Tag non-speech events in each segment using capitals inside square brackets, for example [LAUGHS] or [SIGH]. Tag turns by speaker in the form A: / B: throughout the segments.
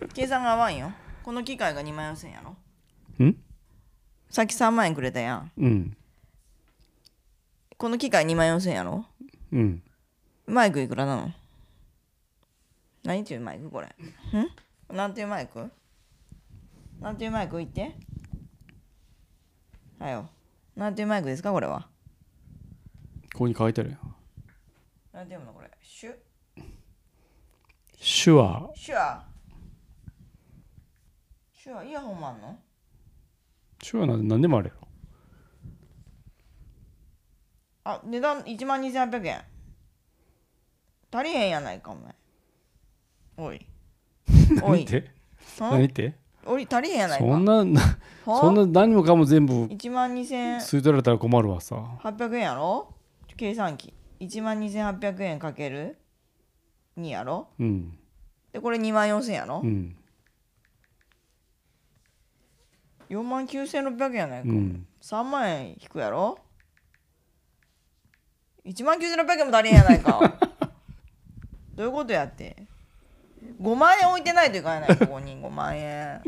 A: 払わんよこの機械が2万4000円やろ
B: ん
A: さっき3万円くれたやん
B: うん
A: この機械2万4000円やろ
B: うん
A: マイクいくらなの何ていうマイクこれんなんていうマイクなんていうマイク言ってはよなんていうマイクですかこれは
B: ここに書いてあるやん
A: なんていうのこれシュ
B: 手話
A: シュアシュアイヤホンもあんの
B: 手話なんて何でもあるやろ
A: あ値段1万2800円足りへんやないかお前お
B: [LAUGHS]
A: いお
B: 何
A: い
B: っ
A: [LAUGHS]
B: て
A: ん
B: 何って
A: おい足りへんやないか
B: そんなな
A: ほ
B: そんな何もかも全部
A: 1万2800
B: 吸い取られたら困るわさ
A: 円やろ計算機1万2800円かける2やろ
B: うん
A: でこれ2万4000やろ
B: うん
A: 4万9600円やないか、
B: うん
A: 3万円引くやろ1万9600円も足りへんやない [LAUGHS] かどういうことやって5万円置いてないといかんやないここに5万円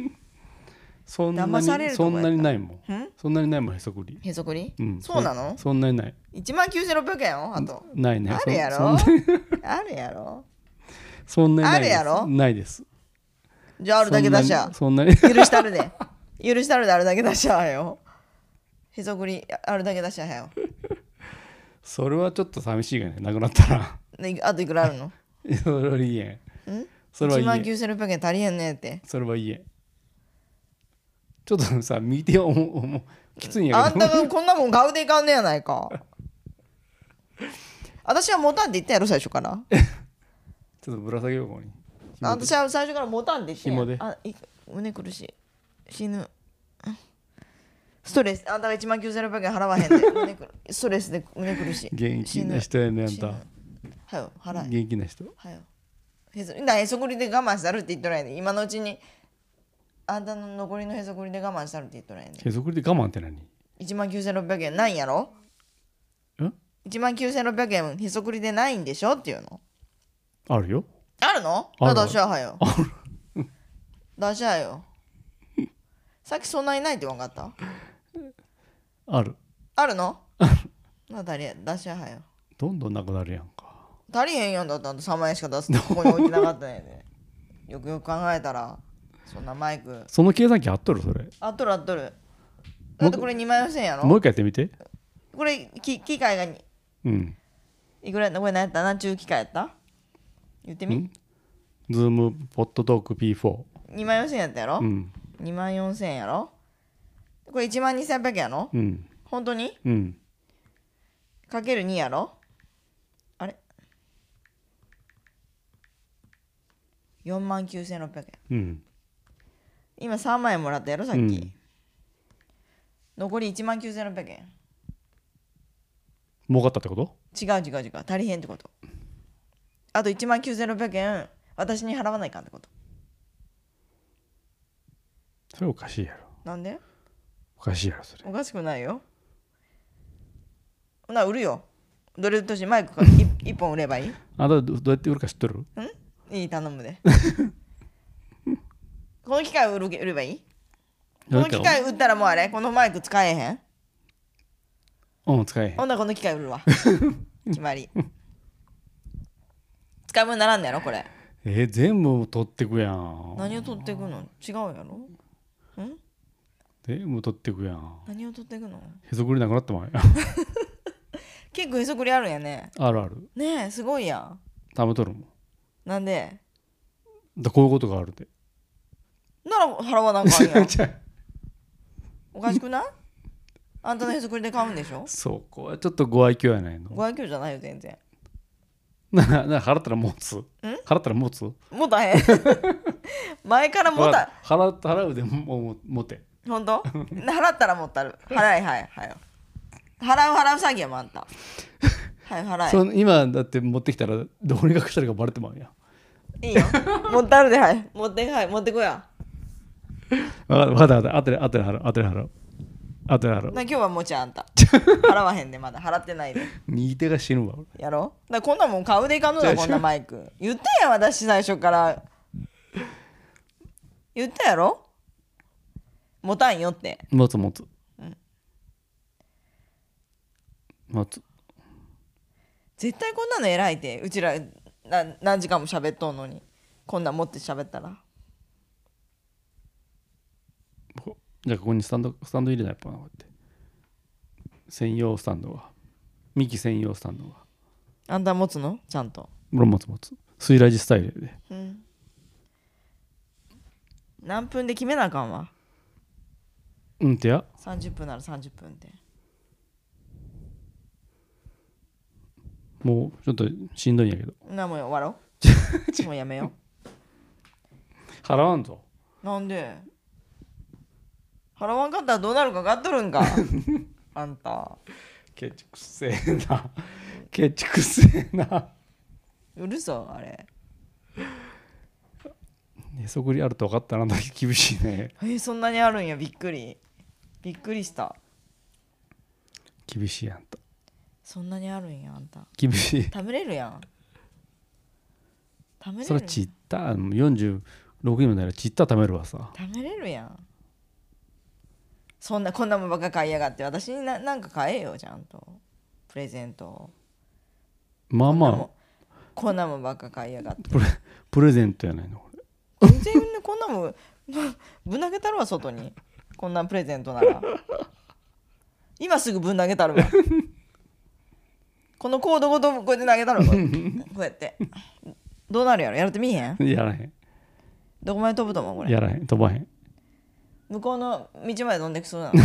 B: そんな
A: 騙され
B: に
A: るとこ
B: そん
A: やった
B: なにないもん
A: ん
B: そんなにないもんへそくり
A: へそくり、
B: うん
A: そうなの
B: そんなにない
A: 1万9600円よあと
B: ないね
A: あ
B: そ
A: るや
B: そん
A: ろあるやろ
B: そんなにないです
A: あるやろ
B: ないです
A: じゃああるだけ出しゃ
B: そんなにそんなに
A: 許したるで許したるであるだけ出しゃよへそくりあるだけ出しゃよ
B: それはちょっと寂しいがねなくなったら [LAUGHS]
A: であといくらあるの
B: それは言え
A: ん
B: んそれ
A: 1
B: は
A: 万
B: 言えん
A: 9600円足りへんねって
B: それは言えんちょっとさ右手は重重きついんや
A: あ
B: け
A: ん
B: ど
A: たがこんなもん買うでいかんねやない
B: [LAUGHS]
A: か私は持たんって言ったやろ最初から
B: ちょっとぶら下げようここに
A: あ私は最初から持たんって言って
B: 紐で
A: あい胸苦しい死ぬストレスあんたが1万9600円払わへん
B: [LAUGHS]
A: で胸苦ストレスで胸苦しい
B: 元気な人やねあん
A: 死ぬ
B: た
A: はよ払え
B: 元気な人
A: はよへそなへそくりで我慢したるって言っとらんやで今のうちにあんたの残りのへそくりで我慢したるって言っとらんやで
B: へそくりで我慢って何
A: 1万9600円ないんやろ
B: ん
A: 1万9600円へそくりでないんでしょっていうの
B: あるよ
A: あるの
B: ある
A: あ出しゃはよ出しゃよさっきそんなにないって分かった
B: ある
A: あるのな足り出しゃはよ
B: どんどんなくなるやんか
A: 足りへんやんだったら3万円しか出すってここに置いてなかったんやでよくよく考えたらそんなマイク
B: その計算機あっとるそれ
A: あっとるあっとるだってこれ2万4000円や
B: も
A: ろ
B: う一回やってみて
A: これき機械がに
B: うん
A: いくらやったこれ何やった何中機械やった言ってみ
B: んズームポッドトーク P4
A: 2万4000円やったやろ、
B: うん
A: 2万4000円やろこれ1万2800円やろ
B: うん
A: 本当に
B: うん
A: かける2やろあれ4万9600円
B: うん
A: 今3万円もらったやろさっ
B: う
A: き、
B: ん
A: 残り1万9600円
B: 儲かったってこと
A: 違う違う違う足りへんってことあと1万9600円私に払わないかんってこと
B: それおかしいやろ
A: なんで
B: おかしいやろそれ
A: おかしくないよほな売るよどれとしマイクか 1, 本売ればいい
B: あんたどどうやって売るか知っとる
A: いい頼むでこの機械を売る売ればいいこの機械売ったらもうあれこのマイク使えへん
B: うん使えへん
A: ほんならこの機械売るわ決まり使い物にならんのやろこれ
B: えー全部取ってくやん
A: 何を取っていくの違うやろ
B: 全部取ってくやん
A: 何を取っていくの
B: へそくりなくなってまうやん
A: 結構へそくりあるんやね
B: [LAUGHS] あるある
A: ねえすごいやん
B: 貯めとるもん
A: なんで
B: だこういうことがあるで
A: なら払わなんかんや
B: [LAUGHS]
A: ん
B: 違う
A: おかしくないあんたのへそくりで買うんでしょ
B: そうこはちょっとご愛嬌やないの [LAUGHS]
A: ご愛嬌じゃないよ全然
B: なな払ったら持つ払ったら持つ
A: 持たへん前から持た
B: 払う払うでもも持て
A: 本当払ったら持ったる払いはいはい払う払う詐欺やもんあんたはい払
B: その今だって持ってきたらどうにかしたらがバレてまうやん
A: いいいよ持ったるではい持ってはい持ってこや
B: 分かった分かった分かったあてで払うあてで払うあてで払う
A: な今日は持ちゃあんた払わへんでまだ払ってないで
B: 右手が死ぬわ
A: やろだからこんなもん買うでいかんの
B: そう
A: だ
B: でしょ
A: こんなマイク言ったやん私最初から言ったやろ持たんよって
B: 持つ持つ持つ
A: 絶対こんなの偉いってうちらな何時間も喋っとんのにこんなん持って喋ったら
B: こじゃあここにスタンドスタンド入れないやっぱなこうやって専用スタンドがミキ専用スタンドが
A: あんた持つのちゃんと
B: 俺も持つ持つスイラジスタイルで
A: うん何分で決めなあかんわ
B: うんてや
A: 30分なら30分で
B: もうちょっとしんどいんやけど
A: なもう終わろうもうやめよ
B: 払わんぞ
A: うなんで払わんかったらどうなるか分かっとるん
B: [LAUGHS]
A: かあんた
B: ケチくせえな [LAUGHS] ケチくせえな
A: うるさあれ
B: へそくりあると分かったなだけ厳しい [LAUGHS] ね
A: えーそんなにあるんやびっくりびっくりした
B: 厳しいやんた
A: そんなにあるんやあんた
B: 厳しい
A: 食べれるやん食べれる
B: それちったもう46にもならちった貯めるわさ
A: 食べれるやんそんなこんなもんばっか買いやがって私にななんか買えよちゃんとプレゼントを
B: まあ
A: こんなもん
B: ま
A: こんなもんばっか買いやがって
B: あプレプレゼントやないのこれ
A: 全然こんなもんぶん投げたるわ外にこんなプレゼントなら今すぐぶん投げたるわこのコードごとこうやって投げたるわこうやってどうなるやろやるってみいへん
B: やらへん
A: どこまで飛ぶと思うこれ
B: やらへん飛ばへん
A: 向こうの道まで飛んでくそうなの